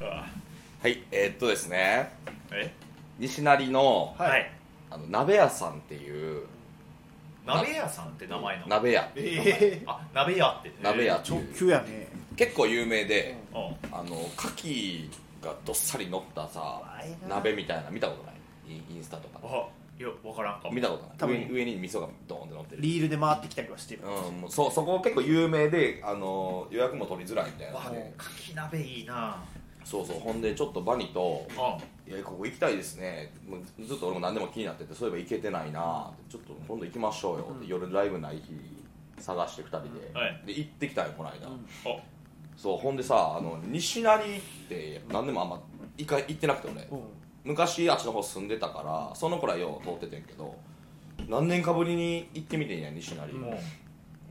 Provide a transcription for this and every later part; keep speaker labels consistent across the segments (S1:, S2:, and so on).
S1: あ
S2: はいえーっとですね
S1: え
S2: 西成の
S1: はい、
S2: あの鍋屋さんっていう
S1: 鍋屋さんって名前なの
S2: 鍋屋
S3: ええ
S1: あ鍋屋って
S2: 鍋屋ってい
S3: 直
S2: う
S3: 球やね
S2: 結構有名で
S1: うんうん
S2: あの牡蠣がどっさり乗ったさ
S3: わいな
S2: 鍋みたいな見たことないインインスタとか
S1: あいや分からんかも
S2: 見たこと
S3: 多
S2: な
S3: 分
S2: い上上に味噌がドーンって乗ってる
S3: リールで回ってきたりはしてる
S2: うんもうそそこ結構有名であの予約も取りづらいみたいな
S1: わ
S2: ね
S1: かき鍋いいな
S2: そうそうほんでちょっとバニと
S1: あ
S2: いやここ行きたいですねもうずっと俺も何でも気になっててそういえば行けてないなってちょっと今度行きましょうよって、夜ライブない日探して2人で、
S1: はい
S2: で行ってきたよこの間、
S3: うん
S1: あ
S2: そうほんでさあの西成って何でもあんま一回行ってなくて俺、
S3: うん
S2: 昔あっちの方住んでたからその頃はよう通っててんけど何年かぶりに行ってみてんや西成、
S1: も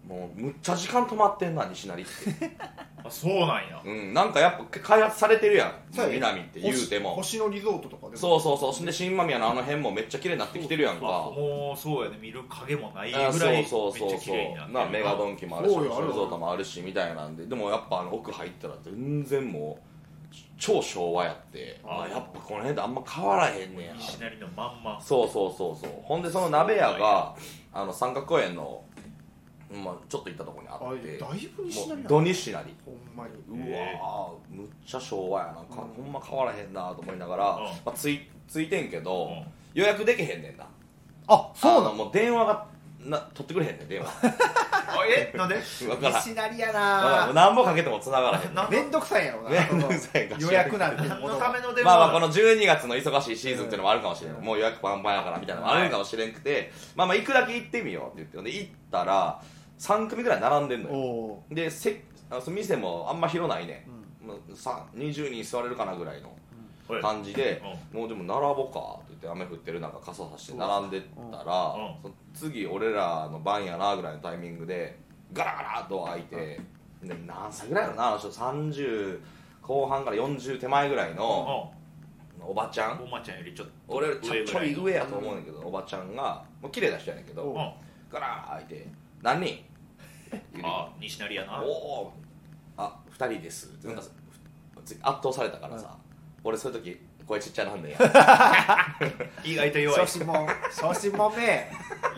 S1: う
S2: もうむっちゃ時間止まってんな西成って
S1: あそうなんや
S2: うんなんかやっぱ開発されてるや
S3: そうや
S2: ん
S3: ね
S2: 南って言うても
S3: 星星のリゾートとかでも
S2: そうそうそうそんで新間宮のあの辺もめっちゃ綺麗になってきてるやん
S1: あ
S2: か
S1: もうそうやね見る影もないぐ
S2: あ
S1: らいめっち
S2: そうそうそ
S1: ゃ
S2: う
S1: 綺
S2: そ
S1: 麗になって
S2: う
S1: る
S2: なメガドンキもあるし
S3: そう
S2: リ
S3: よあるよ
S2: ゾートもあるしみたいなんででもやっぱあの奥入ったら全然もう超昭和やって
S1: あ
S2: あやっぱこの辺であんま変わらへんねや
S1: 西成のまんま
S2: そうそうそうそうほんでその鍋屋があの三角公園の、まあ、ちょっと行ったとこにあ
S3: あ
S2: っ
S3: れ
S2: て
S3: だいぶ西
S2: も
S3: 成
S2: う
S3: や
S2: 土西成
S3: ほんまに
S2: う
S1: へ
S2: わーむっちゃ昭和やなか、
S3: うん
S2: ほんま変わらへんなと思いながら、
S1: うん
S2: まあ、ついついてんけ
S1: う
S2: ど、
S1: ん
S2: 予約できへんねんな
S3: あそうな
S2: あのもう電話がな取ってくれへんねん電話
S1: あえなんで
S2: わから
S3: の
S2: ん
S3: 西成や
S2: だからもう
S3: な
S2: 何本かけても繋がらへん
S1: な
S3: めんどくさいやろうな
S2: めんどくさい
S3: その予約 なんて
S1: 何
S3: も
S1: の
S3: の
S1: た
S3: が
S1: めの電話
S2: まあまあこ
S1: の
S2: の12月の忙しいシーズンっていうのもあるかもしれない、もう予約パンパンやからみたいなのもあるかもしれんくて、まあまあ行くだけ行ってみようって言ってで行ったら3組ぐらい並んでんのよ
S3: お
S2: でせあその店もあんま広ないね
S3: ーう、ん
S2: まあさ20人座れるかなぐらいの
S1: はい
S2: 感じで、もうでも並ぼうかって言って雨降ってる中傘さして並んでったら、
S1: うんうん
S2: その次俺らの番やなぐらいのタイミングでガラガラドア開いて、で何歳ぐらいだろうなあの人30後半から40手前ぐらいの
S1: う
S2: おばちゃん
S1: んおまちゃんよりちょっと
S2: 俺よりちょちょい上や
S1: うん
S2: と思うんだけど、おばちゃんがもう綺麗な人やねんけ
S3: お
S2: ど
S3: う
S2: ガラー開いて「何人?」言うて
S1: あ西成やな
S2: おおあ二人です」ってなんか圧倒されたからさ、俺そういう時声ちっちゃなん だよ
S1: 意外と弱い
S3: 小心も小心も め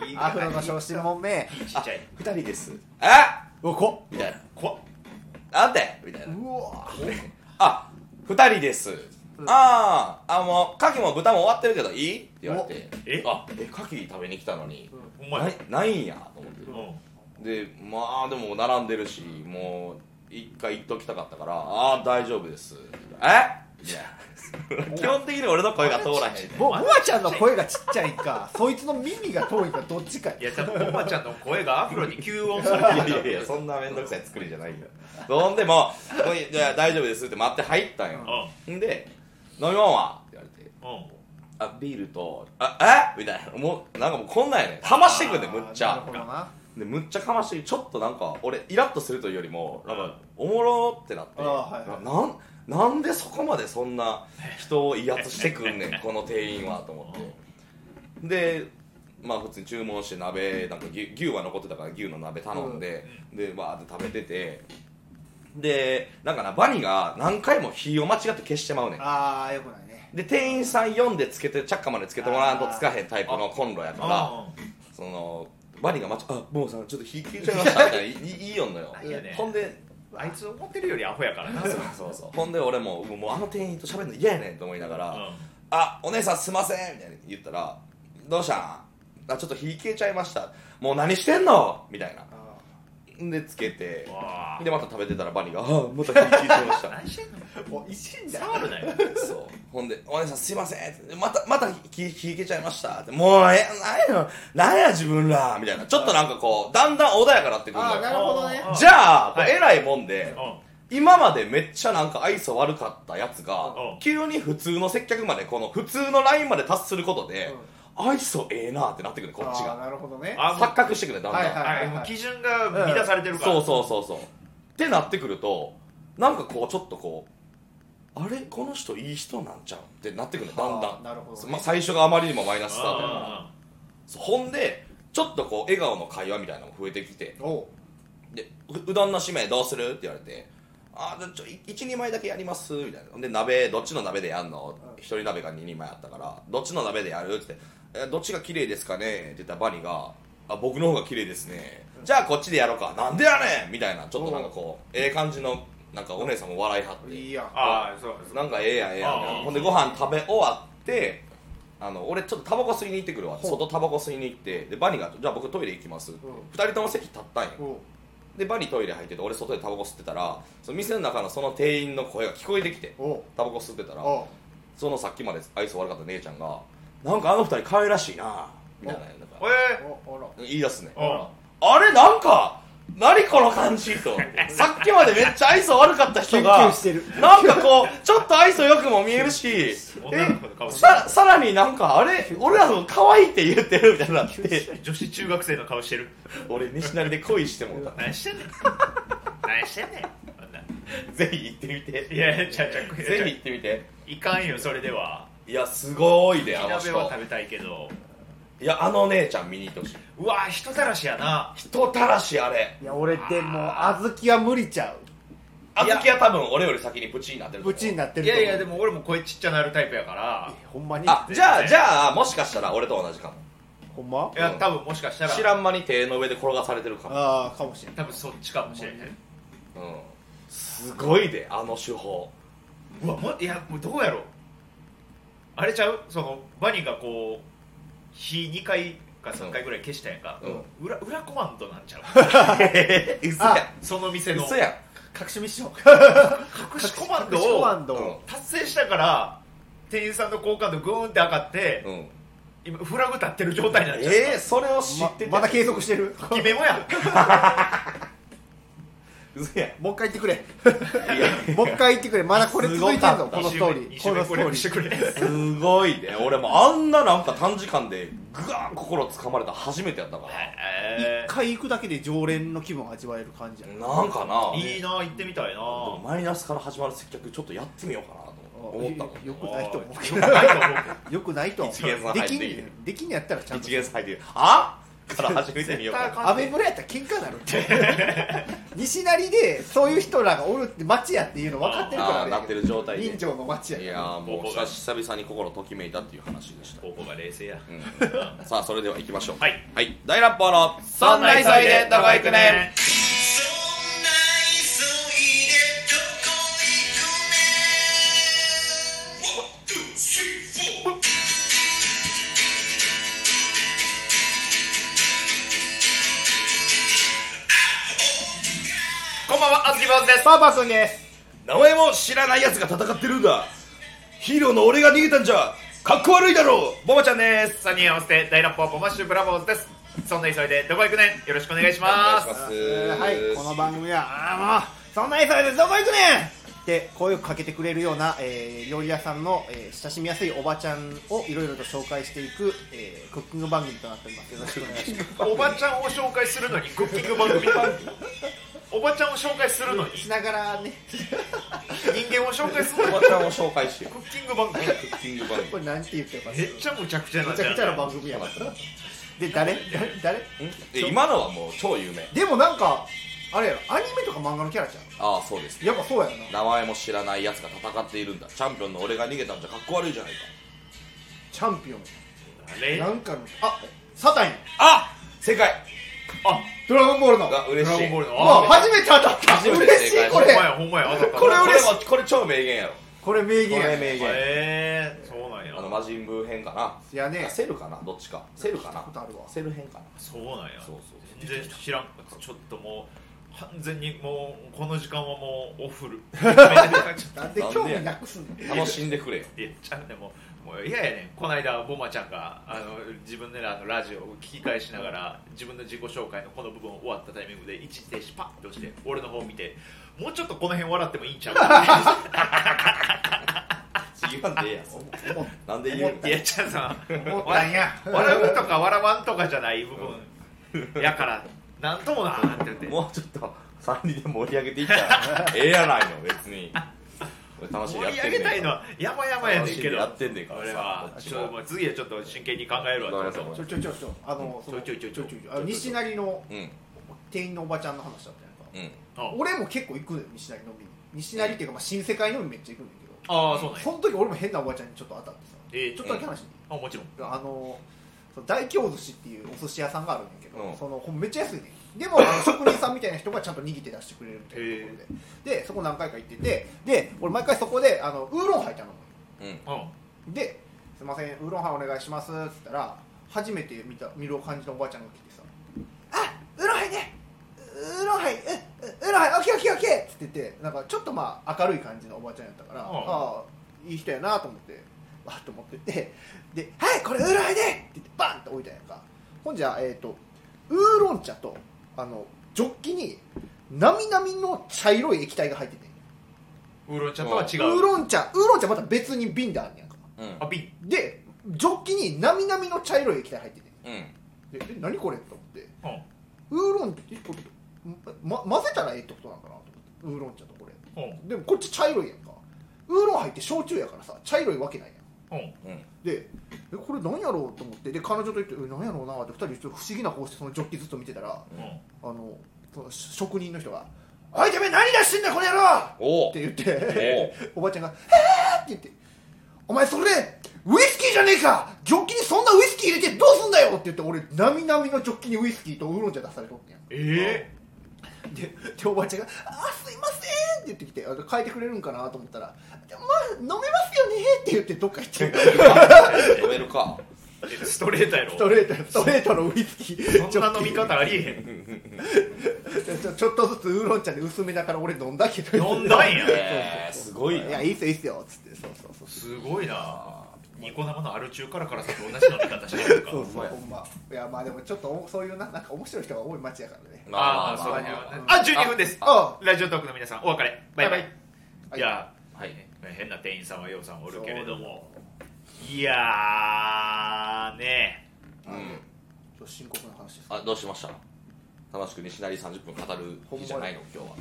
S1: 意外
S3: アフロの小心もめ
S1: ちっちゃい
S2: 二人ですあ
S3: うわこ
S2: みたいな
S1: 怖っ
S2: 「なんで?」みたいうな
S3: わ
S2: 「あ二人です」
S3: うん
S2: あーあもう牡蠣も豚も終わってるけどいいって言われて
S1: え
S2: あえ牡蠣食べに来たのに、
S1: ほんま
S2: な
S1: や
S2: いないんやと思って
S1: うん
S2: でまあでも並んでるしもう一回行っときたかったから「ああ大丈夫です」えいや 基本的に俺の声が通らへんねん
S3: ももあちゃんの声がちっちゃいかそいつの耳が遠いかどっちか
S1: いや多分おばちゃんの声がアフロに吸音する
S2: いやいやいやそんな面倒くさい作りじゃないよほんでもうもう「じゃあ大丈夫です」って待って入ったんよんで「飲み物は?」って言われて
S1: うんうん
S2: 「あビールとあえみたいなもうなんかもうこんなんやねんかましてくんねんむっち
S3: なる
S2: ゃ
S3: ほどな
S2: でむっちゃかましてちょっとなんか俺イラッとするというよりもなんかおもろってなって
S3: あーはいはい
S2: なんなんでそこまでそんな人を威圧してくんね んこの店員はと思ってでまあ普通に注文して鍋なんか牛牛は残ってたから牛の鍋頼んで、でわーって食べててでなんかなバニが何回も火を間違って消してまうねん
S3: ああよくないね
S2: で店員さん読んでつけて着火までつけてもらわんとつかへんタイプのコンロやから
S1: あ
S2: そのバニがまちあもうさんちょっと引きちゃい ましたみたいないいいいよんのよ
S1: なんやねん
S2: ほんで
S1: あいつ思ってるよりアホやからな
S2: そうそうそうほんで俺ももうあの店員と喋るの嫌やねんと思いながら「
S1: うん
S2: あお姉さんすいません」みたいに言ったら「どうしたんあちょっと火消えちゃいましたもう何してんの?」みたいな
S3: あー
S2: んでつけて
S1: わあ
S2: でまた食べてたらバニが「あまた火消えちゃいました」
S1: 何してんの
S3: もういじんだ
S1: 触るなよ
S2: そうほんで「お姉さんすいません」ってまたまた火火消えちゃいました」って「もうえなんやなんや自分ら」みたいなちょっとなんかこうだんだん穏やかになってくるの
S3: あ
S2: よ
S3: ーなるほどね
S1: あー
S2: じゃあ、
S1: はい
S2: 偉いもんで、
S1: う
S2: 今までめっちゃなんか愛想悪かったやつが
S1: うん、
S2: 急に普通の接客まで、この普通のラインまで達することで、愛想ええなってなってくる、こっち
S3: あー
S2: が。
S3: なるほどね
S1: あー
S2: 錯覚してくる、だんだん。
S3: はいはい
S1: んあもう基準が乱されてるから
S2: そうそうそうそう。ってなってくると、なんかこう、ちょっとこう、あれこの人いい人なんちゃうってなってくる、だんだ
S3: あーなるほど
S2: ん。
S3: ね
S2: まあ、最初があまりにもマイナススタートやから。
S1: あ
S2: そうほんで、ちょっとこう、笑顔の会話みたいなのも増えてきて、
S3: おう
S2: でううどんの締めどうするって言われて「あーじゃあちょ12枚だけやりますみたいなで鍋どっちの鍋でやんの一人鍋が2人前あったからどっちの鍋でやるって言ってえどっちが綺麗ですかねって言ったらバニがあ僕の方が綺麗ですねじゃあこっちでやろうかなんでやねんみたいなちょっとなんかこうええ感じのなんかお姉さんも笑いはって
S3: いいやん
S1: ああそうそう
S2: なんかええやんええやんみたいな
S1: あー
S2: ほんでご飯食べ終わってあの俺ちょっとタバコ吸いに行ってくるわって
S3: ほう
S2: 外タバコ吸いに行ってでバニーが「じゃあ僕トイレ行きます」って
S3: うん
S2: 2人とも席立ったんよ
S3: うん
S2: でバニートイレ入ってて俺外でタバコ吸ってたらその店の中のその店員の声が聞こえてきて
S3: おう
S2: タバコ吸ってたら
S3: おう
S2: そのさっきまで愛想悪かった姉ちゃんが「なんかあの二人可愛らしいな」みたいななんか
S1: え
S3: おあら
S2: 言い出すね
S1: ーうん
S2: あれなんか何この感じと さっきまでめっちゃ愛想悪かった人
S3: キュンキ
S2: が
S3: ュンしてる
S2: なんかこう、ちょっと愛想よくも見えるし、
S1: 女の子の顔
S2: え
S1: してる
S2: ささらになんか、あれ、俺らの可愛いって言ってるみたいになって、
S1: 女子中学生の顔してる
S2: 俺、西成で恋してもうた。
S1: 何してんねん何してんねんこんな
S2: ぜひ行ってみて。
S1: いやいやちゃうちゃう
S2: ぜひ行ってみて。
S1: いかんよそれではい
S2: や、すごいで、
S1: 火
S2: あの
S1: 鍋
S2: 人。
S1: は食べたいけど
S2: いや、あの姉ちゃん見に行ってほしい。
S1: うわ人たらしやな
S2: 人たらし、あれ。
S3: いや俺でも小豆は無理ちゃ
S2: あずきは多分俺より先にプチになって
S3: う
S2: ると
S3: ブ
S2: 思う。
S3: チになって
S1: い
S3: ると
S1: や
S3: 思
S1: い
S3: う
S1: やでも俺も声ちっちゃなるタイプやから
S3: えほんまに
S2: あ、じゃあ、じゃあ、もしかしたら俺と同じかも。
S3: ほんま
S1: いや多分もしかしたら
S2: 知らん間に手の上で転がされてるかも。
S3: ああかもしれん
S1: 多分そっちかもしれへん
S2: うん。すごいで、あの手法。
S1: うわもいやもうどうやろうあれちゃうそのバニーがこう火2回か3回ぐらい消したやんか、
S2: う
S1: 裏裏コマンドなんちゃう
S2: え嘘やん。
S1: その店の
S2: 嘘やん。
S3: 隠しミッション
S1: 隠しコマン
S3: 隠し
S1: ド
S3: コ
S1: を
S3: マンド
S2: うん
S3: を
S1: 達成したから店員さんの好感度グーンって上がって、
S2: うん。
S1: 今フラグ立ってる状態になっちゃう、
S2: えー、それを知ってて、
S3: ままだ継続し てる
S1: 決めもや
S2: 嘘やん
S3: もう一回言ってくれ
S2: いや
S3: もう一回言ってくれまだこれ続いてる
S2: すごか
S3: ぞ
S2: っ
S3: このストーリ
S1: 一
S3: ー
S1: 周
S3: こ
S1: 目
S3: の
S1: 一
S3: ス
S1: 周
S3: ト
S1: 目攻
S3: ー
S1: 略
S3: リ
S1: して
S3: ー
S1: くれ
S2: すごいね俺もあんななんか短時間でぐわー心掴まれた初めてやったから
S3: 一
S1: え
S3: 回行くだけで常連の気分を味わえる感じや
S2: なんかな
S1: ーいいな行ってみたいな
S2: マイナスから始まる接客ちょっとやってみようかなと思ったもん
S3: よくないと思うけ ど
S1: あーないと思うけど
S3: よくないと思
S2: 一元さん
S3: で
S2: 入って
S3: き
S2: きて
S3: んできんやったらちゃんと
S2: 一元さん入ってあから始めてみようかな
S3: アメ村やったら喧嘩になるって 西成でそういう人らがおるって町やっていうの分かってるから
S2: あーなってる状態で
S3: 人情の町や
S2: い
S3: けど
S2: やーもう久し々に心ときめいたっていう話で した、
S1: 高校が冷静や
S2: うんさあそれでは行きましょう
S1: はい、
S2: はい、大乱暴の
S1: そ
S2: そ
S1: ん
S2: ん
S1: な
S2: な
S1: 急
S2: 急
S1: いで
S2: いで
S1: ど
S2: ど
S1: こ
S2: こ
S1: 行
S2: 行
S1: く
S2: く
S1: ね
S4: そんな急いでどこ行
S1: ん
S2: ね
S4: くね One, two, three, four
S1: こんばんはあずき坊主です
S3: パーパー君です
S2: 名前も知らない奴が戦ってるんだヒーローの俺が逃げたんじゃかっこ悪いだろうボマちゃんです
S1: 3人合わせて大ラッパーボマッシュブラボーズですそんな急いでどこ行くねんよろしくお願いします
S3: はいこの番組はあーもうそんな急いでどこ行くねんって声をかけてくれるような、えー料理屋さんの、えー親しみやすいおばちゃんをいろいろと紹介していく、えークッキング番組となっておりますよろしくお願いします
S1: おばちゃんを紹介するのにクッキング番組おばちゃんを紹介するのに
S3: しなが らね
S1: 人間を紹介する
S2: ボ
S1: のに
S2: マちゃんを紹介しよ
S1: クッキング番組
S2: うク ッキング番組
S3: これなんて言ってるか
S1: めっちゃむちゃくちゃな
S3: め
S1: んじ
S3: ちゃ
S1: ゃ
S3: く
S1: ん
S3: ちゃな番組やからで誰誰誰
S2: え今のはもう超有名
S3: でもなんかあれやろアニメとか漫画のキャラじゃん
S2: ああそうですね
S3: やっぱそうやんな
S2: 名前も知らない奴が戦っているんだチャンピオンの俺が逃げたんじゃかっこ悪いじゃないか
S3: チャンピオン
S1: あれ
S3: なんかのあサタンや
S2: あ正解
S1: あ
S3: ドラゴンボールの
S2: が
S1: ド
S2: 嬉
S1: ラ
S2: し
S1: ゴン
S2: い
S1: ボール
S3: う
S1: の
S3: わ
S1: あ
S3: 初めて当たった
S2: 初めて
S3: 嬉しい
S2: 正解
S3: こ
S1: ほんま
S3: れ
S1: やほんまやあ
S2: これ
S1: 俺
S2: 嬉しいこれ超名言やろ
S3: これ名
S2: こ
S3: 言
S2: れ
S3: や
S2: 名言
S1: えー、そうなんや
S2: あの魔人ブー編かない
S3: やね
S2: セルかなどっちかセルか
S3: 聞いたことある
S2: な
S3: わ
S2: セル編かな
S1: そうなんや
S2: そうそう
S1: 全然知らんかったちょっともう完全にもうこの時間はもうオフる
S3: なんで興味なくすんの
S2: 楽しんでくれよ
S1: いやちゃうねもうもう嫌やねんこないだボマちゃんがあの自分でのあのラジオを聞き返しながら自分の自己紹介のこの部分終わったタイミングで一時停止パッと押して俺の方を見てもうちょっとこの辺笑ってもいいんちゃうか
S2: 言わんでええやんなん で言う
S1: いやちゃうさ
S3: 思ったんや
S1: 笑うとか笑わんとかじゃない部分やからなんともなーって言っても
S2: もうちょっと3人で盛り上げていったらええやないの別にこれ楽しいや
S1: 盛り上
S2: ってん
S1: げ
S2: ねん
S1: たいのはやばやばやねんけど
S2: 楽しんでやってんねんからさ
S1: 俺は
S2: こっち
S1: ち
S2: も
S1: ょっともう次はちょっと真剣に考える
S2: ごめん
S1: わ
S2: なさいごめんな
S3: ち
S2: さ
S3: ょちょちょちょあのその
S1: ちょいちょいちょいちょい
S3: あの西成の
S2: うん
S3: 店員のおばちゃんの話だったやんか
S2: うん
S1: うん
S3: 俺も結構行くのよ西成のみに西成っていうか、まあ、新世界の海めっちゃ行くんだけ
S1: ああそうなん
S3: ど
S1: や
S3: その時俺も変なおばちゃんにちょっと当たってさ
S1: えー
S3: ち
S1: ち
S3: ょ
S1: ょ
S3: っ
S1: っ
S3: とだけ話、
S1: とあもちろん
S3: あのその大京寿司っていうお寿司屋さんがあるんだけど、
S2: うん
S3: そのほんめっちゃ安いねでもあの職人さんみたいな人がちゃんと握って出してくれるみたいなところで、でそこ何回か行っててで俺毎回そこであのウーロンハイ頼むのよ
S2: うん
S1: う
S3: で「すいませんウーロンハイお願いします」っつったら初めて見た見るを感じたおばあちゃんが来てさ「あウーロンハイねウーロンハイううウーロンハイオッケーオッケーオッケー」っつっててなんかちょっとまあ明るい感じのおばあちゃんやったから、
S1: うん
S3: ああいい人やなと思ってわっと思っててで「はいこれウーロンハイで!」って言ってバンって置いたんやんかほんじゃえっ、とウーロン茶とあのジョッキになみなみの茶色い液体が入ってて
S1: んウーロン茶とは違
S3: ウ
S1: う
S3: ーロン茶ウーロン茶また別に瓶であんねやんか
S2: うん
S1: あ瓶
S3: でジョッキになみなみの茶色い液体入ってて
S2: うん
S3: でえ何これと思って
S1: うん
S3: ウーロンってこれ、ま、混ぜたらええってことなんかなと思ってウーロン茶とこれ
S1: うん
S3: でもこっち茶色いやんかウーロン入って焼酎やからさ茶色いわけないやん
S1: うん
S2: うん
S3: でえこれ何やろうと思ってで彼女と言ってえ何やろうなって2人ちょっと不思議な顔してそのジョッキずっと見てたら
S1: うん
S3: あのそのし職人の人が「あいてめえ何出してんだよこの野郎!」
S2: お
S3: っ
S2: お
S3: て言っておばちゃんが「えー!」って言って「お前それウイスキーじゃねえかジョッキにそんなウイスキー入れてどうすんだよ!」って言って俺なみなみのジョッキにウイスキーとウーロン茶出されとってんやん
S1: え
S3: ででおばちゃんが「あーすいません!」って言ってきてあ変えてくれるんかなと思ったら「でもまあ飲めますよね!」って言ってどっか行って
S2: 飲めるか
S1: ーストレートやろ
S3: ストレート ストレートのウイスキー
S1: そんな飲み方ありえへん
S3: ちょちょっとずつウーロン茶で薄めだから俺飲んだけど
S1: 飲んだんや
S2: えーすごい
S3: いや
S2: ない
S3: いっすよいいっすよっつってそうそうそう
S1: すごいなニコ生のアル中からからさと同じ飲み方してるのか
S3: そう
S2: ほ
S3: そう
S2: んまや
S3: ほんまいやまあでもちょっとおそういうななんか面白い人が多い街やからね
S1: ああそうだねあ十12分です
S3: あ
S1: ラジオトークの皆さんお別れバイバイ
S3: は
S1: い
S3: い
S1: や
S2: はい
S1: 変な店員さんはようさんおるけれどもいやーね
S2: うん
S3: ちょっと深刻な話です
S2: あどうしました楽しく西成30分語る日じゃないの今日は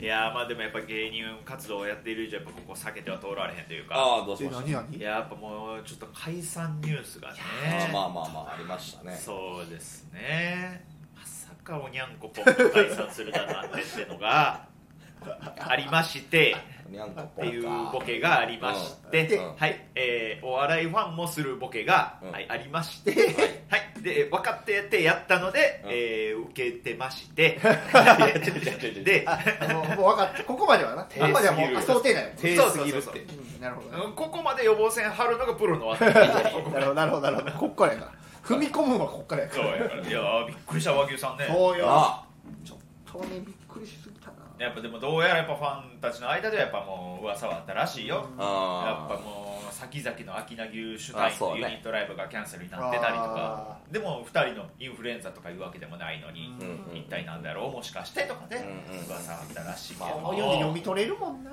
S2: い
S1: やーまあでもやっぱ芸人活動をやっている以上やっぱここ避けては通られへんというか
S2: ああどうし
S3: え
S2: ました
S3: 何何
S1: いややっぱもうちょっと解散ニュースがね
S2: あーまあまあまあありましたね
S1: そうですねまさかおにゃんこぽんが解散するだなんてってのがありまして
S2: にゃんこ
S1: っ
S2: ぽ
S1: て
S2: ん
S1: いう
S2: か
S1: ボケがありまして、
S2: うんうん
S1: はいえーお笑いファンもするボケが、
S2: うん
S1: はい、ありまして、はい、で分かっててやったので、
S2: うん
S1: えー受けてまして
S2: 違う
S1: で
S3: あもうもう分かったここまではなここまではもう
S2: 低すぎる
S3: あ想定内よ
S2: 低すぎる
S1: そうそう
S2: っ
S1: そうそう
S2: て
S3: うんなるほど
S1: う
S3: ね
S1: んここまで予防線張るのがプロの技そう
S3: なるほどなるほどなるほどこっからやから踏み込むのはこっからやから
S1: やからいやーびっくりした和牛さんね
S3: そうよ
S2: あ
S3: ちょっとねびっくりしすぎたな
S1: やっぱでもどうやらやっぱファンたちの間ではやっぱもう噂はあったらしいよ、
S2: あ
S1: やっぱ
S2: あ
S1: もう先々の秋名牛主体
S2: あそう
S1: の
S2: ね
S1: ユニットライブがキャンセルになってたりとか
S3: あ
S1: でも2人のインフルエンザとかいうわけでもないのに、
S2: うん
S1: 一体なんだろうもしかしてとかね、
S2: うんうん
S1: 噂あったらしいけど、
S2: まあ
S3: こういうの読み取れるもんな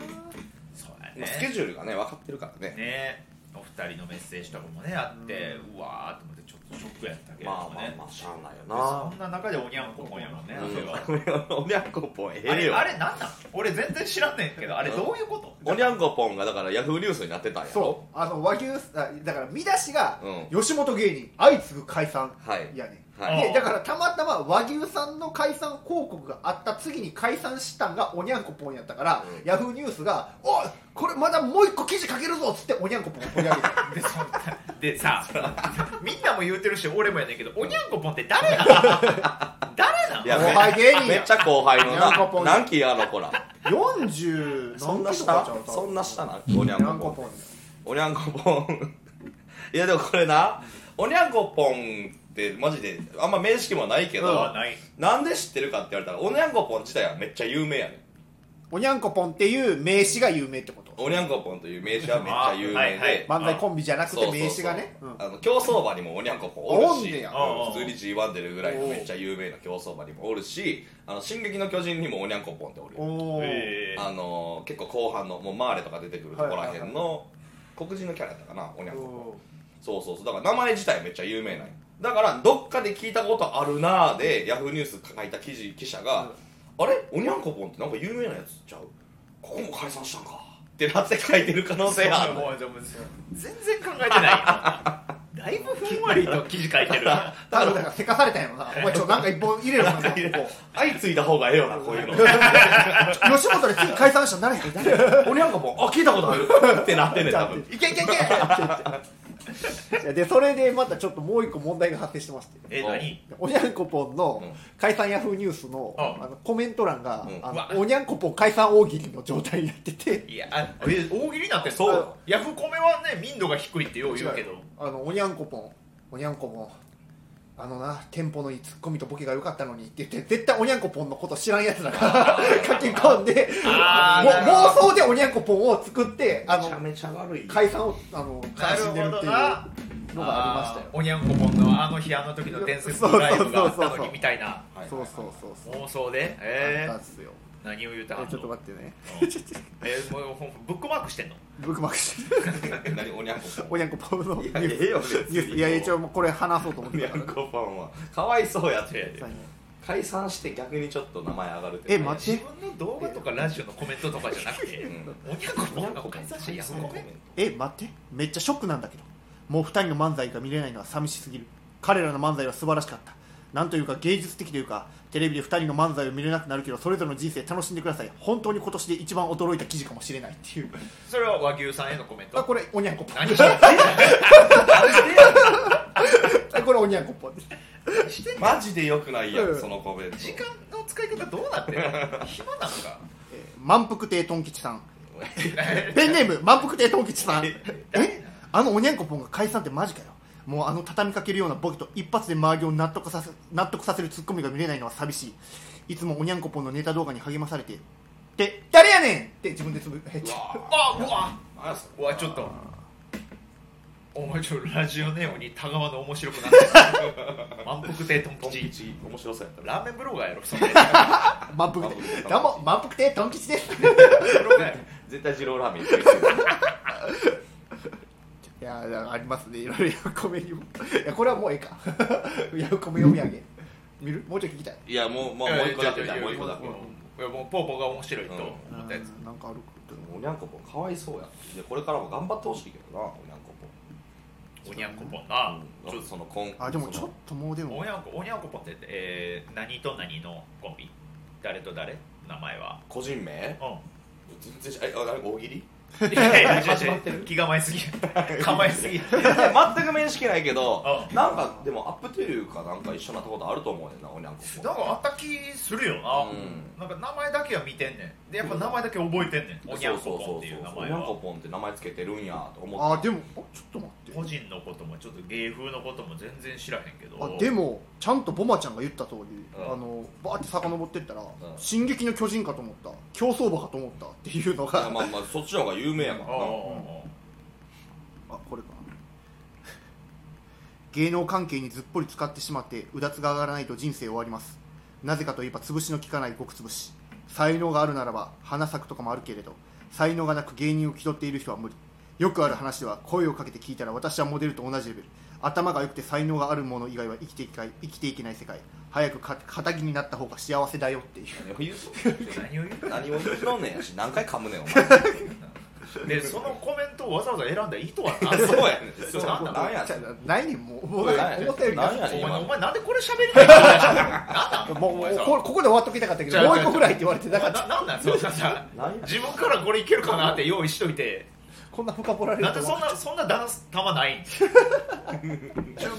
S1: そうや
S2: まあスケ
S1: ね
S2: ジュールがね分かってるからね
S1: ねお二人のメッセージとかもねあって、うわーと思ってちょっとショックやったけれど
S2: まあ
S1: も
S2: まあ
S1: ね、
S2: まあしゃあないよ
S1: そんな中でおにゃんこぽんやもんね、それは
S2: な うんおにゃんこぽんえ
S1: あ
S2: え
S1: れ
S2: よ
S1: あれなんなん俺全然知らんねんけどあれどういうこと、
S2: おにゃんこぽんがだからヤフーニュースになってたんやろ
S3: そうあの和牛あだから見出しが
S2: う
S3: 吉本芸人相次ぐ解散
S2: はい
S3: やね
S2: はい
S1: あ
S3: でだからたまたま和牛さんの解散広告があった次に解散したんがおにゃんこぽんやったから、
S2: うん
S3: ヤフーニュースが「おいこれまだもう一個記事書けるぞ」っつっておにゃんこぽんを取り上げた
S1: でそ んなでさみんなも言うてるし俺もやねんけどおにゃんこぽんって誰 なの誰なの
S2: いや
S3: 後輩芸人や
S2: めっちゃ後輩の
S3: にゃんこ
S2: な
S3: ぽ
S2: ん何期やの子ら
S3: 40
S2: そんな
S3: 何期とか
S2: 下
S3: ちゃうか
S2: そんな下な
S3: お
S2: お
S3: に
S2: に
S3: ゃ
S2: ゃ
S3: ん
S2: ん
S3: こ
S2: こ
S3: ぽん
S2: ぽんおにゃんこぽん いやでもこれなおにゃんこぽんってマジであんま面識もないけど、
S1: はない
S2: なんで知ってるかって言われたらおにゃんこぽん自体はめっちゃ有名やねん
S3: おにゃんこぽんっていう名詞が有名ってこと
S2: おにゃんこぽんという名詞はめっちゃ有名で、
S1: あはいはい
S3: 漫才コンビじゃなく
S2: そうそ
S3: て
S2: うそう
S3: 名詞がねうん
S2: あの競走馬にもおにゃんこぽんおる
S3: おん
S2: し
S3: ねや
S2: うん普通に G1 出るぐらいのめっちゃ有名な競走馬にもおるし「あの進撃の巨人」にもおにゃんこぽんっておるよ
S3: おー
S1: え
S2: あの結構後半のもうマーレとか出てくるとこらへんの黒人のキャラやったかなおにゃんこぽん
S3: お
S2: そうそうそうだから名前自体めっちゃ有名なんよだからどっかで聞いたことあるなーでヤフーニュース書いた記事記者が「あれおにゃんこぽんってなんか有名なやつちゃうここも解散したんか」ってなって書いてる可能性がある
S1: もうでも全然考えてないよだいぶふんわりと記事書いてる
S3: 多分だからせかされたんやろなお前ちょなんか一本 入れろお前こ
S2: 相次いだ方がええよなこういうの
S3: こ吉本で次解散したらなれへん
S2: 俺なんかもうあ聞いたことあるってなってんねん多分
S1: いけいけいけ
S3: いやでそれでまたちょっともう一個問題が発生してまして
S1: え何
S3: おにゃんこぽんの
S2: うん
S3: 解散ヤフーニュースの,、
S1: うん
S3: あのコメント欄が、
S2: うん
S3: あ
S1: うわ
S3: のおにゃんこぽん解散大喜利の状態になってて
S1: いやあえ大喜利なんて
S2: そう
S1: あのヤフコメはね民度が低いってよう言うけど
S3: あのおにゃんこぽんおにゃんこぽんあのな店舗のいいツッコミとボケが良かったのにって言って絶対おにゃんこぽんのこと知らんやつら が書き込んで
S1: あー
S3: も
S1: なるほど
S3: 妄想でおにゃんこぽんを作ってあの
S2: めちゃ悪い
S3: 解散をあの
S1: な
S3: 悲
S1: る
S3: しん
S1: ほ
S3: でるっ
S1: ど
S3: ていう
S1: な
S3: のがありましたよ
S1: ーおにゃんこぽんのあの日あの時の伝説のライブがあったのにみたいな
S2: はい
S3: そうそうそうそう
S1: 妄想で
S3: あ
S1: え
S3: った
S1: ー
S3: っすよ
S1: 何を言うた
S3: え
S1: ん
S3: ちょっと
S1: の
S3: 待ってね
S1: えーもうほんブックマークしてんの
S3: ブックマークして
S2: 何おにゃんこ
S3: おにゃんこぽんのニュ
S2: いやええよ
S3: ー
S2: 別
S3: ス
S2: に
S3: ニュースいや一応もうこれ話そうと思っ
S2: お
S3: て
S2: に
S3: た
S2: ゃ
S3: から
S2: んこファンはかわいそうやっ
S1: え
S2: て解散して逆にちょっと名前上がるって
S3: え待
S1: 自分の動画とかラジオのコメントとかじゃなくて
S2: ん
S1: おにゃんこぽんが解散してヤフコメ
S3: え待ってめっちゃショックなんだけどもう2人の漫才が見れないのは寂しすぎる彼らの漫才は素晴らしかったなんというか芸術的というかテレビで2人の漫才を見れなくなるけどそれぞれの人生楽しんでください本当に今年で一番驚いた記事かもしれないっていう
S1: それは和牛さんへのコメン
S3: あ
S1: ト
S3: これおにゃん こぽ
S1: 何してんの
S3: んこれおにゃんこぽんです
S1: 何してんの
S2: マジでよくないや
S3: うん
S2: んそのコメント
S1: 時間の使い方どうな ってんの暇なのか
S3: えー満腹亭とん吉さんペンネーム満腹亭とん吉さんえあのおにゃんこぽんが解散ってマジかよもうあの畳みかけるようなボケと一発で周りを納得させ納得させるツッコミが見れないのは寂しいいつもおにゃんこぽんのネタ動画に励まされてって誰やねんって自分でつぶやいて
S1: あうわ
S2: 何やそれ
S1: うわちょっとお前ちょっとラジオネオに田川の面白くな ってる満腹亭とん
S2: トン
S1: 吉
S2: 吉面白そうやった
S1: ラーメンブロガーやろそんなや
S3: 満腹亭どうも満腹亭とん吉で
S1: つ
S3: す
S1: ブロガーやろ
S2: 絶対二郎ラーメン行ってる
S3: いやーありますねいろいろやこめにもいやこれはもうええか やこめ読み上げ見るもうちょい聞きたい
S2: いやもうもうもう一個だけ
S1: い
S2: だ
S1: やいや
S2: もう一個だけ
S1: いやもうポーポーが面白いと思ったやつ
S3: うんなんかある
S2: おにゃんこぽんかわいそうやでこれからも頑張ってほしいけどなおにゃんこぽ
S1: おにゃんこぽんなんちょっ
S2: ちょっ
S1: と
S2: とそのコン
S3: あでもちょっともうでも
S1: おにゃんこおにゃんこぽんって、えー、何と何のコンビ誰と誰名前は
S2: 個人名
S1: う
S2: 全然えあなんか大喜利
S1: んいやいや違う違う
S2: 始まってる
S1: 気構えすぎ構えすぎ
S2: いや全く面識ないけど
S1: あ
S2: なんかでもアップというかなんか一緒になったことあると思うねんなおにゃんこぽん
S1: なんかあった気するよな、
S2: うん
S1: なんか名前だけは見てんねんでやっぱ名前だけ覚えてんねんおにゃんこぽんっていう名
S2: そうそうそうそうお
S1: 前
S2: にゃんこ
S1: は
S2: ぽんって名前つけてるんやと思
S3: あ
S2: って
S3: でもあちょっと待って
S1: 個人のこともちょっと芸風のことも全然知らへんけど
S3: あでもちゃんとボマちゃんが言った通り、
S2: うん
S3: あのバーって遡ってったら「
S2: ん
S3: 進撃の巨人」かと思った競走馬かと思ったっていうの
S2: いや
S3: が
S2: まあまあそっちの方が有名やか
S1: あ
S2: ら
S1: あ
S2: な
S3: あこれか芸能関係にずっぽり使ってしまってうだつが上がらないと人生終わりますなぜかといえば潰しの効かない極潰し才能があるならば花咲くとかもあるけれど才能がなく芸人を気取っている人は無理よくある話では声をかけて聞いたら私はモデルと同じレベル頭が良くて才能があるもの以外は生きていけない生きていけない世界早くか肩着になった方が幸せだよっていう
S2: 何を言う
S1: 何を言う
S2: 何を言うとんねんやし何回噛むねんお前
S1: でそのコメントをわざわざ選んだ意図は何
S2: そうやねん
S1: そうなんだ
S2: なんや
S3: じ
S2: そ
S3: ゃ
S2: れ
S3: あないねんもうもう
S2: なんや
S3: 思ったより
S2: なんや
S1: お
S2: ね
S1: 前
S2: ん今
S1: お前なんでこれ喋りたいの
S3: もうもうこここで終わっときたかったけ
S1: 違
S3: ど
S1: う
S3: もう一個ぐらいって言われてなか
S1: な
S3: った
S1: なんなんそんなさ
S2: 何や
S1: 自分からこれいけるかなって用意しといて
S3: こんな深掘られる
S1: なん
S3: と
S1: でそ
S3: 思
S1: ん
S3: わな
S1: なそんなダンス玉ないん 準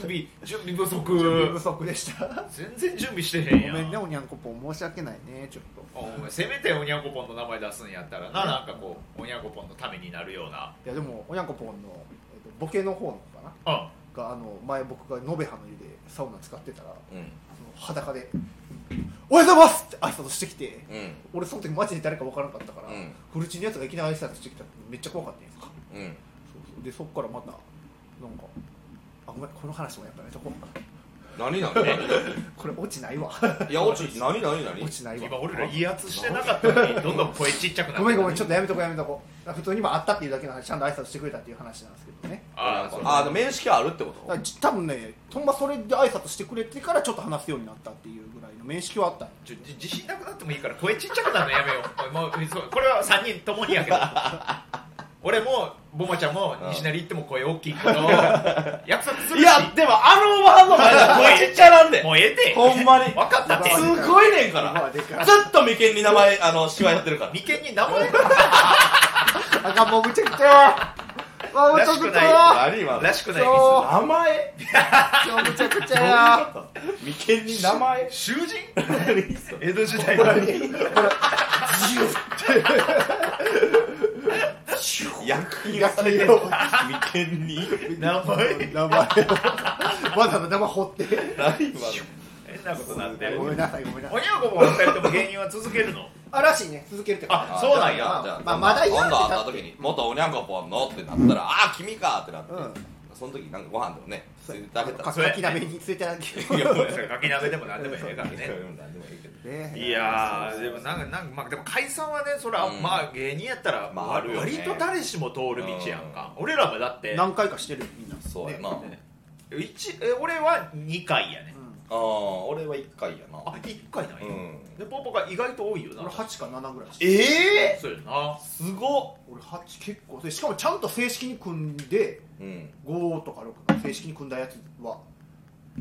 S1: 備準備不足
S3: い不足でしたご
S1: 全然準備してへんや
S3: めんねおにゃんこぽん申し訳ないねちょっと
S1: お前せめておにゃんこぽんの名前出すんやったらななんかこうおにゃんこぽんのためになるようない
S3: やでもおにゃんこぽんの、えっとボケの方のかな
S1: うん
S3: があの前僕が延べ葉の湯でサウナ使ってたら
S2: うん
S3: その裸で「おはようございます!」って挨拶してきて、
S2: うん
S3: 俺その時マジで誰か分からなかったから、
S2: うん
S3: フルチンのやつがいきなり挨拶してきたらめっちゃ怖かったんですか
S2: うん
S3: そうそうでそっからまたなんかあごめんこの話もやっぱやめとこうか
S2: 何何何
S3: これ落ちないわ
S2: いや落ち何何何
S3: 落ちないわ
S1: 今俺ら威圧してなかったのにどんどん声ちっちゃくなって
S3: ごめんごめんちょ
S1: と
S3: っとやめとこうやめとこう普通に今あったっていうだけの話ちゃんと挨拶してくれたっていう話なんですけどね
S1: ああそう
S2: あでも面識はあるってこ
S3: だ
S2: と
S3: からじ多分ねほんまそれで挨拶してくれてからちょっと話すようになったっていうぐらいの面識はあった
S1: ちょじ自信なくなってもいいから 声ちっちゃくなるのやめようおいもうそうこれは3人ともにやけど俺もボマちゃんも西成行っても声大きいことを約束する
S2: い
S1: し
S2: や、でもあのワンの前で声ちっちゃなんで。
S1: もうええて
S2: ほんまに
S1: 分。かったって
S2: すごいねんか
S3: まあ
S2: ら。ず
S3: でかい
S2: っと眉間に名前、あの、シワやってるから。
S1: 眉間に名前
S3: あかん、もうむちゃくちゃやわ。もうむ
S1: ら
S3: ちゃ
S1: し
S3: く
S1: く
S3: ちゃ
S1: な
S3: や。
S1: いらしくないミ
S3: そう
S2: 名前
S3: もうむちゃくち
S2: ど
S3: ゃ
S2: ういう
S3: や。
S2: こと眉間に名前
S1: ス囚人江戸時代の
S2: 役にがされてる。眉間に。
S1: 名前
S3: 名前を。わざわざ名前掘って。
S2: ライ
S1: 変なことなってる
S3: ごめんなさい、ごめんなさ
S1: お
S3: い。
S1: にゃんこも二人とも芸人は続けるの
S3: あらしいね、続けるってこと
S1: あそうなんや
S3: まあまだ言わ
S2: 今
S3: ん
S2: 度
S3: と
S2: 会
S3: た
S2: っ
S3: って
S2: た時に、元おにゃんこぽんのってなったら、ああ、君かってなって
S3: う。ん。
S2: その時、なんかご飯でもね、連れてあげた。
S3: から
S1: それ
S3: きなめについてなき
S2: いやもう
S1: 書き鍋でも何でもええからね
S2: 何でもいいけど
S3: ね
S1: いやーでもなんかなんかまあでも解散はねそれは
S2: うん
S1: まあ芸人やったら
S2: まああるよ
S1: 割
S2: ね
S1: と誰しも通る道やんか俺らもだって
S3: 何回かしてるよみんな。
S2: そうやな。
S3: ね
S1: 一え俺は2回やね
S3: うん
S2: ああ、俺は1回やな。
S1: あ一1回なん
S2: う
S1: や
S2: ん。
S1: でポポが意外と多いよな
S3: 俺8か7ぐらいしてる
S2: ええ
S1: そうやな
S2: すご
S3: 俺8結構でしかもちゃんと正式に組んで
S2: っうん。
S3: 5とか6の正式に組んだやつは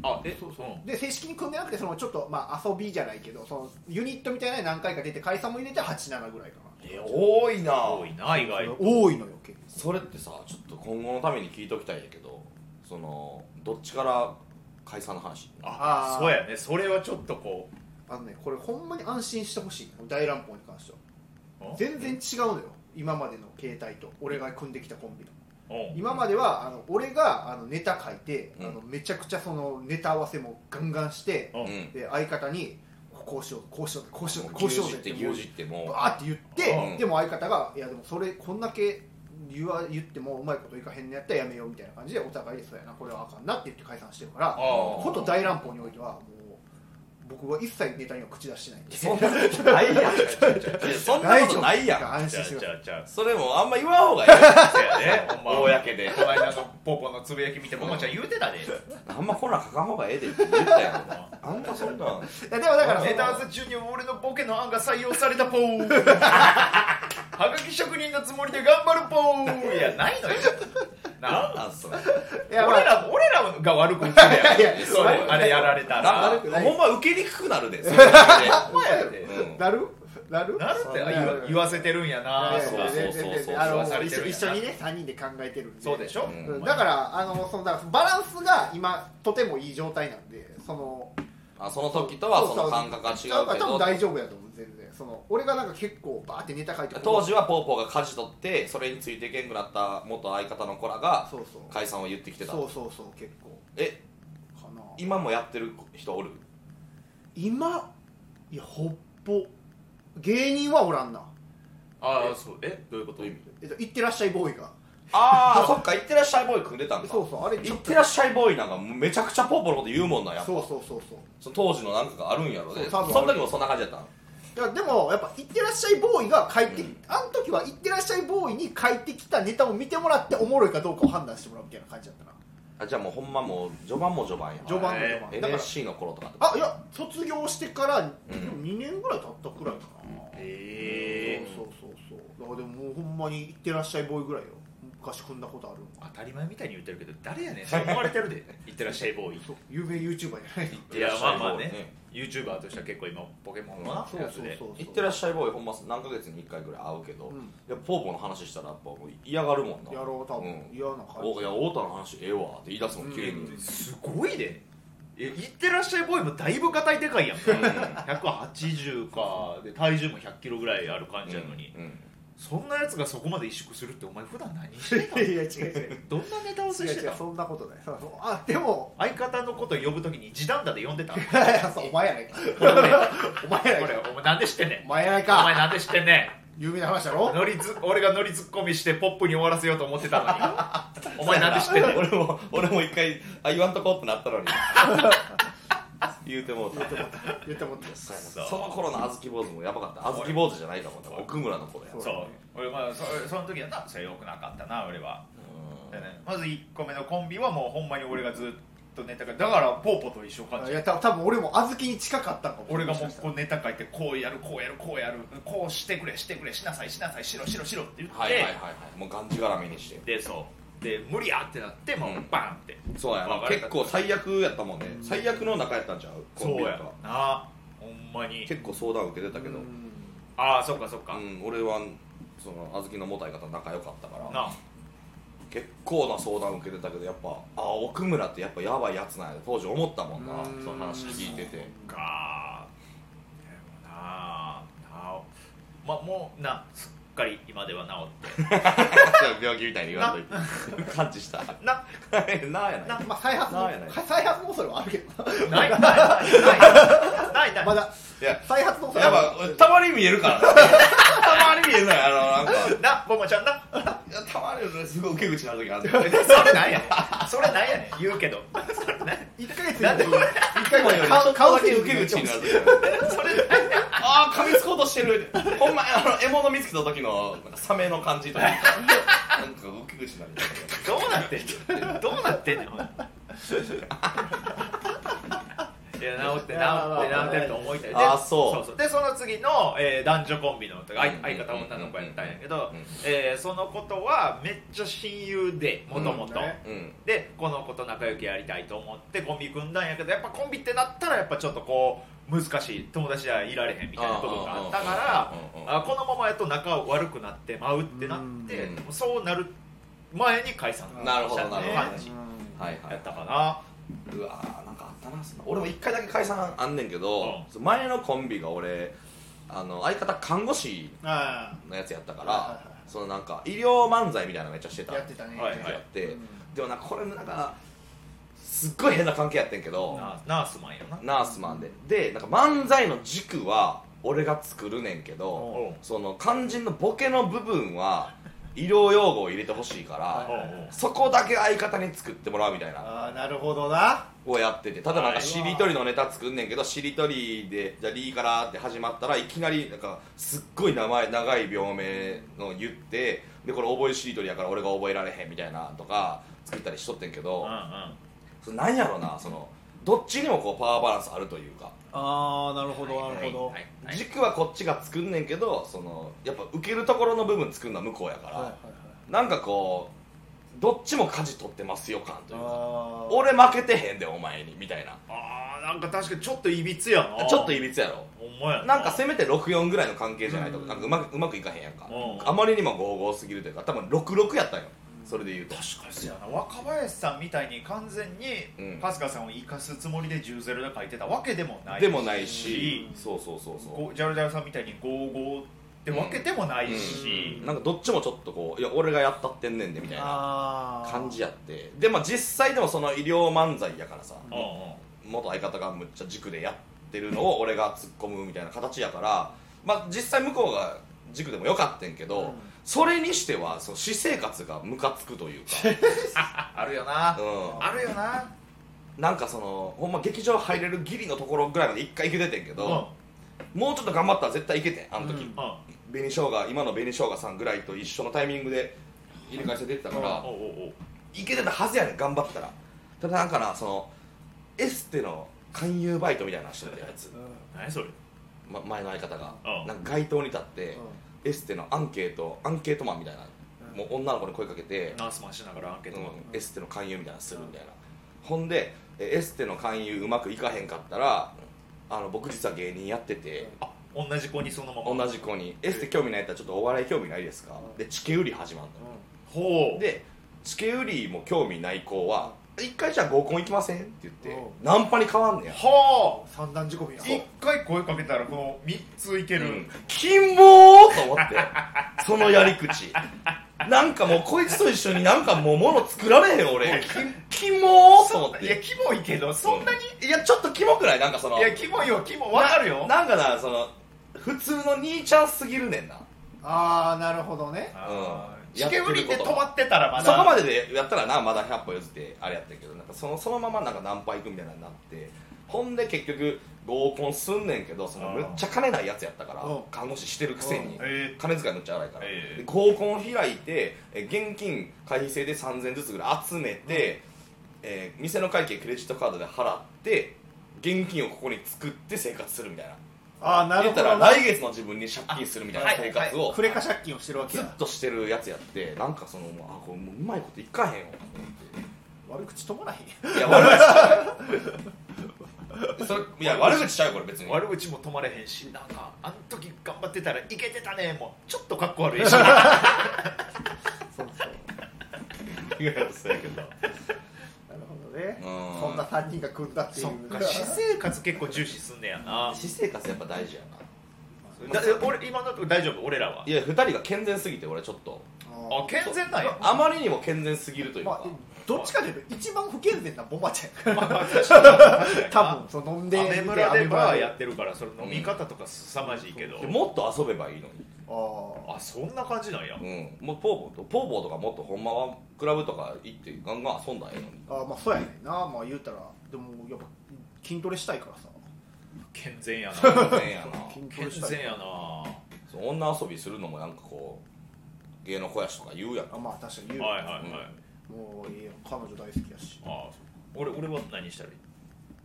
S1: あえそうそう
S3: で正式に組んでなくてそのちょっとまあ遊びじゃないけどそのユニットみたいなのに何回か出て解散も入れて87ぐらいか
S2: え、多いな
S1: 多いな意外
S3: な多いのよ結
S2: それってさ、ちょっと今後のために聞いときたいんやけど、その、どっちから解散の話
S1: あ
S3: あー
S1: そうやねそれはちょっとこ
S3: 構あのねこれほんまに安心してほしい大乱暴に関しては
S1: ん
S3: 全然違うのよ今までの携帯と俺が組んできたコンビの
S1: ううん
S3: 今まではあの俺があのネタ書いて、
S2: うん
S3: あのめちゃくちゃそのネタ合わせもガンガンして、
S1: う
S2: うんん。
S3: で相方にこうしようこうしようこうしようこ
S2: 牛
S3: うしよ
S2: 耳っ
S3: うぜってて
S2: 牛耳っても
S3: バーって言って、
S2: うん
S3: でも相方が「いやでもそれこんだけ言わ言ってもうまいこといかへんのやったらやめよう」みたいな感じでお互い「そうやなこれはあかんな」って言って解散してるから
S1: あ
S3: こと大乱暴においてはもう僕は一切ネタには口出してないんで
S2: うそんなことないやんいやそんなことないやん
S3: 安
S1: じゃあ
S3: 心して
S1: じ
S3: ください
S1: ゃあじゃあ
S2: それもあんま言わんほうがいい
S1: そう やねほんま
S2: 公で
S1: この間のポポのつぶやき見てももちゃん言うてたで
S2: あんまほら書かんほうがええでって言ったやんあんまそんない
S3: やでもだから
S1: ネタ合わせ中に俺のボケの案が採用されたポ ーはがき職人のつもりで頑張るポーいやないのよな
S2: なんなんそれ
S3: いやまあ
S1: 俺ら俺らが悪く言ってたやん
S3: いやいや
S1: それあれやられたら
S2: な
S3: 悪くない
S2: ほんま受けにくくなるでそれ
S1: ほんまやで
S2: うん
S3: なるなる
S1: なるってあ言わ言わせてるんやな
S2: そう
S1: とか
S2: そうそうそう
S3: あ
S1: そう
S3: の
S1: されて
S3: 一
S1: るんやな
S3: 緒一緒にね3人で考えてるんで
S1: そうでしょ
S2: うん
S3: うんだからあのそのだからバランスが今とてもいい状態なんでその
S2: あその時とはその感覚が違うけ
S3: から多分
S2: ど
S3: 大丈夫やと思う全然その俺がなんか結構バーってネタ書いて
S2: 当時はポーポーが舵取ってそれについていけんくなった元相方の子らが
S3: そうそう
S2: 解散を言ってきてた
S3: そうそうそう結構
S2: え
S3: かな
S2: 今もやってる人おる
S3: 今いやほっぽ芸人はおらんな
S1: ああそうえどういうこと
S2: どういう意味
S3: えっと、いってらっしゃいボーイが
S2: ああそっか「いってらっしゃいボーイ」組んでたんだ
S3: そうそうあれ
S2: い
S3: ちょ
S2: っ
S3: と
S2: てらっしゃいボーイなんかめちゃくちゃポーポーのこと言うもんなんやっぱ
S3: そうそうそうそう
S2: その当時のなんかがあるんやろね
S3: そう多
S2: そ
S3: 分
S2: の時もそんな感じやったん
S3: いやでもやっぱ「いってらっしゃいボーイ」が帰って、
S2: うん
S3: あの時は「いってらっしゃいボーイ」に帰ってきたネタを見てもらっておもろいかどうかを判断してもらうみたいな感じだったな
S2: あじゃあもうほんまもう序盤も序盤や
S3: 序盤の
S1: えー
S3: 序盤、だから
S2: NSC の頃とかってこと
S3: あいや卒業してからでも
S2: うん
S3: 2年ぐらい経ったくらいかな、
S1: ええ
S3: そうそうそうそうだからでももうほんまに「いってらっしゃいボーイ」ぐらいよ昔組んだことあるの
S1: 当たり前みたいに言ってるけど誰やねんそう思われてるで いってらっしゃいボーイ
S3: そう有名 YouTuber じゃないの
S1: いやまあまあ
S2: いっ
S1: ね YouTuber としては結構今ポケモンの
S3: そう
S1: や
S3: そ
S1: つ
S3: う
S1: で
S3: そうそう
S2: いってらっしゃいボーイほんま何ヶ月に1回ぐらい会うけど、
S3: うん
S2: いやポーポーの話したらやっぱもう嫌がるもんな
S3: やろう多分、
S2: うん
S3: 嫌な感じ
S2: おいや太田の話ええわって言い出すもん急に、
S3: うん
S1: すごいねえいってらっしゃいボーイもだいぶ硬いでかいやんか180かで体重も1 0 0キロぐらいある感じやのに、
S2: うんうん
S1: そんなやつがそこまで萎縮するってお前普段何してた
S3: いや違う違う
S1: どんなネタを
S3: 違う
S1: せして
S3: 違
S1: た
S3: うそんなことないそうそうあでも
S1: 相方のこと呼ぶときに時短だで呼んで たこ
S3: いやいやそうお前やないか
S1: れお前
S3: お前やないか
S1: お前なんで知ってんねん
S3: お前やない
S1: お前
S3: か
S1: なんで知ってんね
S3: 有名な話だ
S1: ん
S3: ろ
S1: ノリツ俺がノリツッコミしてポップに終わらせようと思ってたのにお前なんで知ってんねん
S2: 俺も俺も一回あ言わんとこってなったのに 言うてもうた
S3: 言ってもって
S2: そう
S1: そう
S2: その頃の小豆坊主もやばかった小豆坊主じゃないかもね奥村の頃や
S1: そう俺まあそその時はなそれよくなかったな俺は
S2: うん
S1: でねまず1個目のコンビはもうほんまに俺がずっとネタがだからポーポと一緒感
S3: あ
S1: じ
S3: いやた多分俺も小豆に近かったかも
S1: 俺がも
S3: も
S1: う
S3: しかした
S1: こうネタ書いてこうやるこうやるこうやるこうしてくれしてくれしなさいしなさいしろしろしろって言って、
S2: はいはいはいはいもうがんじがらめにして
S1: でそうで無理やってなってもう
S2: うん
S1: バンって、
S2: そうやな
S1: 別れ
S2: 結
S1: た
S2: 構最悪やったもんね最悪の中やったんちゃうコン
S1: そう
S2: ビ
S1: や
S2: とか
S1: なほんまに
S2: 結構相談受けてたけどう
S3: う
S2: ん
S1: ああそっかそっか、
S2: ん俺はその小豆のもたい方仲良かったから
S1: な
S2: 結構な相談受けてたけどやっぱあ奥村ってやっぱやばいやつなんや当時思ったもんな
S3: うん
S2: その話聞いて て
S1: かでもななおまあもうなすっかり今では治っ
S2: 病気みたいに言わんといて感知した な
S1: てな
S2: あやない
S3: なまあ、再発も
S2: なんやねん
S3: 再発も恐れはあるけどな
S1: ないないないないないない
S3: まだ
S2: いや
S3: 再発も恐れ
S2: やっ
S3: は
S2: ぱ俺たまに見えるからね たまに見えるのよあのなんか
S1: なボマちゃんない
S2: やたまにすごい受け口になる時あるん
S1: そ れなんやそれなんやねん言うけどそれなんや
S3: 1ヶ月
S1: なんで
S3: に
S1: 俺
S3: 一回ぐらい
S2: ちょっと
S3: カウ
S2: だ
S3: ンセ
S2: け
S3: リン
S2: 受
S3: グ
S2: け
S3: に行
S2: 口
S3: っ
S2: に
S3: てほ
S2: な
S3: しい
S2: る時あるああ噛みつこうとしてるほんまあの獲物見つけた時のなんかサメの感じとかなんか受け口になる
S1: どうなってんのどうなってんのいや治って治って治ってると思いたいで
S2: あそう
S1: そうでその次の、えー男女コンビの相
S2: うんうん
S1: 相方女の子やったんやけど、
S2: うん
S1: えーその子とはめっちゃ親友でもともと
S3: うんね
S2: うん
S1: でこの子と仲良くやりたいと思ってコンビ組んだんやけどやっぱコンビってなったらやっぱちょっとこう難しい友達じゃいられへんみたいな部分があったから
S2: うんうんうんうん
S1: あこのままやと仲悪くなってまうってなって
S2: うん
S1: でもそうなる前に解散
S2: なるほどなるほど
S1: 感じ
S3: うん
S2: はいは
S1: やっ
S2: い
S1: たかな
S2: うわーなんかあったなそんな俺も一回だけ解散あんねんけど
S1: うん、
S2: その前のコンビが俺あの相方看護師
S3: あ
S2: のやつやったか
S3: はいはい
S2: ら
S3: はい
S2: そのなんか医療漫才みたいなのめっちゃしてた
S3: あやってたね、
S1: はい
S2: やって、
S3: うん
S2: でもなんかこれなんかすっごい変な関係やってんけど
S1: ナナースマンやな
S2: ナースマンででなんか漫才の軸は俺が作るねんけど
S1: おう
S2: その肝心のボケの部分は医療用語を入れてほしいから
S1: おうおう
S2: そこだけ相方に作ってもらうみたいな
S3: ああなるほどな
S2: をやっててただなん
S1: は
S2: か
S1: い
S2: しりとりのネタ作んねんけどしりとりでじゃあリーからって始まったらいきなりなんかすっごい名前長い病名の言ってでこれ覚えしりとりやから俺が覚えられへんみたいなとか作ったりしとってんけ
S1: うん
S2: ど
S1: うん
S2: そのなんやろなそのどっちにもこうパワーバランスあるというか
S3: ああなるほどなるほど、
S1: はいはい
S2: 軸はこっちが作んねんけどそのやっぱ受けるところの部分作るのは向こうやから、
S3: はいはいはい
S2: なんかこうどっちも舵取ってますよ感というか
S3: あー
S2: 俺負けてへんでお前にみたいな
S1: あーなんか確かにちょっといびつやな
S2: ちょっといびつやろ
S1: ほんまや
S2: なんかせめて64ぐらいの関係じゃないと
S3: うん
S2: なんかうまくうまくいかへんやんか
S1: うん
S2: あまりにも55すぎるというか多分66やったんよそれで言うと
S1: 確かにそうやな若林さんみたいに完全
S2: う
S1: に
S2: ん
S1: 春日さんを生かすつもりで10ゼロで書いてたわけでもない
S2: でもないし
S1: いい
S2: そうそうそうそう
S1: こうジャルジャルさんみたいに55ってわけでもないし、
S2: なんかどっちもちょっとこういや俺がやったってんねんでみたいな
S3: あー
S2: 感じやってでまあ実際でもその医療漫才やからさ
S1: うんうん
S2: 元相方がむっちゃ軸でやってるのを俺が突っ込むみたいな形やからまあ実際向こうが軸でもよかったんけど、
S3: うん
S2: それにしてはその私生活がムカつくという
S1: ああるよな
S2: か、、うん、
S1: あるよな
S2: なんかそのほんま劇場入れるギリのところぐらいまで一回行けててんけど、もうちょっと頑張ったら絶対行けてんあの時、
S3: うん
S1: うんうん
S2: 紅生姜今の紅生姜さんぐらいと一緒のタイミングで入れ替えして出てたから、
S1: おうおうおう
S2: 行けてたはずやねん頑張ったらただなんかなそのエステの勧誘バイトみたいなのしてたやつ
S3: う、んうん
S1: 何それ
S2: ま、前の相方が、
S1: うん
S2: なんか街頭に立って、エステのアンケートアンケートマンみたいな、
S3: うん
S2: もう女の子に声かけて、
S1: ナースマンしながらアンケート
S2: うんエステの勧誘みたいなのするみたいな、ほんでえエステの勧誘うまくいかへんかったらあの僕実は芸人やってて、
S1: あ同じ子にそのまま
S2: 同じ子にエステ興味ないやったらちょっとお笑い興味ないですか、
S3: うん
S2: でチケ売り始まるのよ、
S1: ほう
S2: でチケ売りも興味ない子は一回じゃあ合コン行きませんって言って、
S3: うん
S2: ナンパに変わんねや、
S1: ほ
S3: 三段仕込みや
S1: う一回声かけたらこの3ついける、
S2: うんキモーと思って そのやり口なんかもうこいつと一緒になんかもう物作られへん俺キキモーと思っ
S1: いや
S2: て
S1: キモいけどそんなに、
S2: いやちょっとキモくないなんかその
S1: いやキモいよキモわかるよ
S2: なんかなその普通の兄ちゃんすぎるねんな
S3: ああなるほどね
S1: あー
S2: うんや
S1: チ
S2: って
S1: ケ
S2: ること
S1: 売りで止まってたらまだ
S2: そこまででやったらなまだ100歩譲ってあれやったけどなんかそのそのままなんかナンパ行くみたいなのになってほんで結局合コンすんねんけどそのむっちゃ金ないやつやったから
S3: うん
S2: 看護師してるくせに
S1: うんえー
S2: 金遣いむっちゃ荒いから
S1: えー
S2: で合コン開いてえ現金会費制で3000ずつぐらい集めてえー店の会計クレジットカードで払って現金をここに作って生活するみたいな
S3: ああなる
S2: 言っ
S3: ほ
S2: た
S3: ど
S2: ら
S3: な
S2: 来月の自分に借金するみたいな生活を
S3: クレカ借金をしてるわけ
S2: ずっ
S3: だ
S2: としてるやつやってなんかそのもうあこれもううまいこといかへんよ
S3: 悪口飛ばない
S2: いや悪口ちゃうよそれいや悪口ちゃうよこれ別に
S1: 悪口も止まれへんしなんかあの時頑張ってたらいけてたねもうちょっとかっこ悪いしあ
S3: そうそう
S2: いやそうやけど
S3: なるほどね
S2: うん
S3: そんな3人が組んだっていう
S1: そっか私生活結構重視すんねやな
S2: 私生活やっぱ大事やな
S1: だ俺今のとこ大丈夫俺らはい
S2: や2人が健全すぎて俺ちょっと
S1: あ健全なんや
S2: あまりにも健全すぎるという
S3: ま
S2: か
S3: あ、どっちかというと一番不健全なボマちゃんやから 多分その飲んで
S1: アメ村でバーや
S3: あ
S1: ってるからそれ飲み方とか凄まじいけど、
S2: でもっと遊べばいいの
S3: あ
S1: あそんな感じなんや、
S2: に、うん、もうポーボーとポーボーとかもっとほんまはクラブとか行ってガンガン遊んだらええのに
S3: ああまあそうやねんなまあ言うたらでもやっぱ筋トレしたいからさ
S1: 健全やな
S2: 健全やな
S3: 筋ト
S1: 健
S3: レしたい
S1: 全やな
S2: そう女遊びするのもなんかこう芸の肥やしとか言うやん
S3: あまあ確かに言う、
S1: はいはいはい、
S3: もういいよ彼女大好きやし
S1: あ俺俺は何したらいい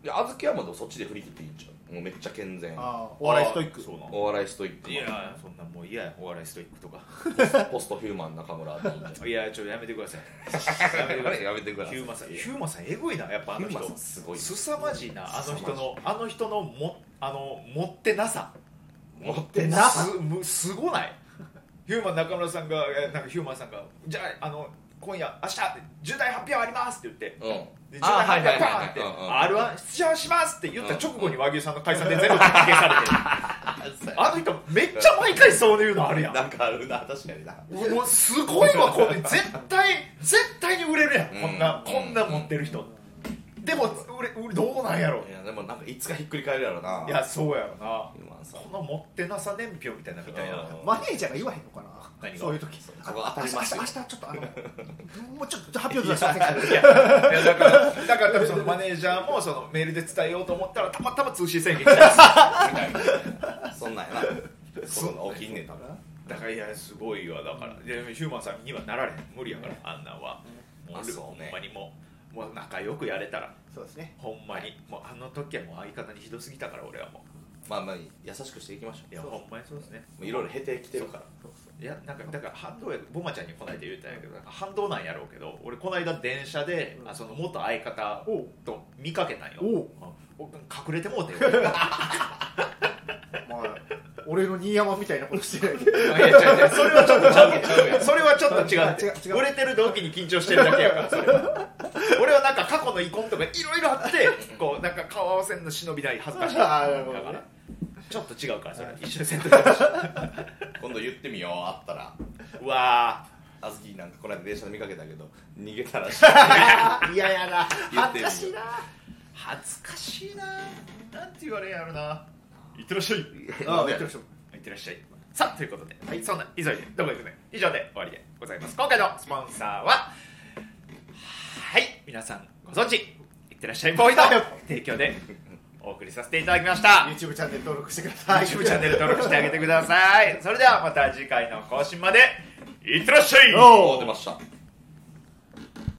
S2: いや小豆はもうでもそっちで振り切っていいんちゃうもうめっちゃ健全
S3: ああお笑いストイッ
S1: あ
S3: ク
S1: そうなん
S2: お笑いストイック
S1: いやそんなもう嫌やお笑いストイックと か
S2: ポストヒューマン中村でいいんちゃ
S1: いやちょっとやめてくださ いやめてくだ
S2: う
S1: さい
S2: やめてくださ
S1: ヒ
S2: い
S1: ューマンさんヒューマンさんエグいなやっぱあの
S2: ヒューマン
S1: 人
S2: さんすごい
S1: 凄まじいなあの人のあの人のもあの持ってなさ
S2: 持ってな
S1: すむすごないヒューマン中村さんがえなんかヒューマンさんがじゃああの今夜明日重大発表ありますって言って
S2: うん
S1: で重
S2: あ
S1: 大
S2: は
S1: 発表
S2: いはいはい
S1: パーンって
S2: は
S1: r 1出場しますって言った直後に和牛さんの解散で全部決定さ れてあの人めっちゃ毎回そういうのある
S2: いう
S1: や
S2: んうんんなんかあるな確かにな
S1: もうすごいわこれ絶対絶対に売れるやんこんな、
S2: うん
S1: こんな持ってる人、でも売れ売れどうなんやろ
S2: いやでもなんかいつかひっくり返るやろない
S1: やそうやろな
S2: ヒューマンさん
S1: この持ってなさ年表みたいなみたいな
S2: うん
S3: マネージャーが言わへんのかな
S1: 何が
S3: そういう時
S2: そこ当たります
S3: 明日明日明日ちょっと あのもうちょっと発表ずらしませんか
S1: いやいやだからだから多分そのマネージャーもそのメールで伝えようと思ったらたまたま通信制限したや
S2: そんなんやな そんなん起きんねん多分
S1: つだからいやすごいわだからでヒューマンさんにはなられへん無理やからあんなんはもう
S2: あ
S1: 俺
S2: そう
S1: ほ
S2: ね
S1: んまにもうもう仲良くやれたら
S3: そうですね
S1: ほんまにもうあの時はもう相方にひどすぎたから俺はも
S2: まあまあ優しくしていきましょ
S1: ういやほんまにそうですね
S2: ういろいろ経てきてるから
S1: いやなんかだから反動やボマちゃんにこないだ言うたんやけどなんか反動なんやろうけど俺こないだ電車で、あその元相方
S3: おう
S1: と見かけたんよ
S3: おう
S1: あ僕隠れても うて
S3: まあ俺の新山みたいなことしてないけ ど
S1: いや違う違うそれはちょっとちゃうけ
S2: ちゃうや
S1: どそれはちょっと違う
S3: 違う違う
S1: 売れてる同期に緊張してるだけやからそれは俺はなんか過去の遺恨とかいろいろあってこうなんか顔合わせんの忍びない恥ずかしいだか
S3: あーなるほどね
S1: らちょっと違うからそれ
S3: はい
S1: 一緒にせんといてほしい
S2: 今度言ってみようあったら
S1: うわ
S2: あずきなんかこの間電車で見かけたけど逃げたらし い
S3: 嫌やな
S2: 言って
S3: 恥
S2: みよう
S3: ずかしい な
S1: ー恥ずかしいななんて言われんやろないってらっ しゃい
S3: ああ
S2: ね
S3: 言ってました
S1: いってらっしゃいさあということで、はい、そんな急いでどこ行くね以上で終わりでございます今回のスポンサーははい皆さんご存知いってらっしゃいボーイの提供でお送りさせていただきました
S3: YouTube チャンネル登録してください
S1: YouTube チャンネル登録してあげてくださいそれではまた次回の更新までいってらっしゃい
S2: おお出ました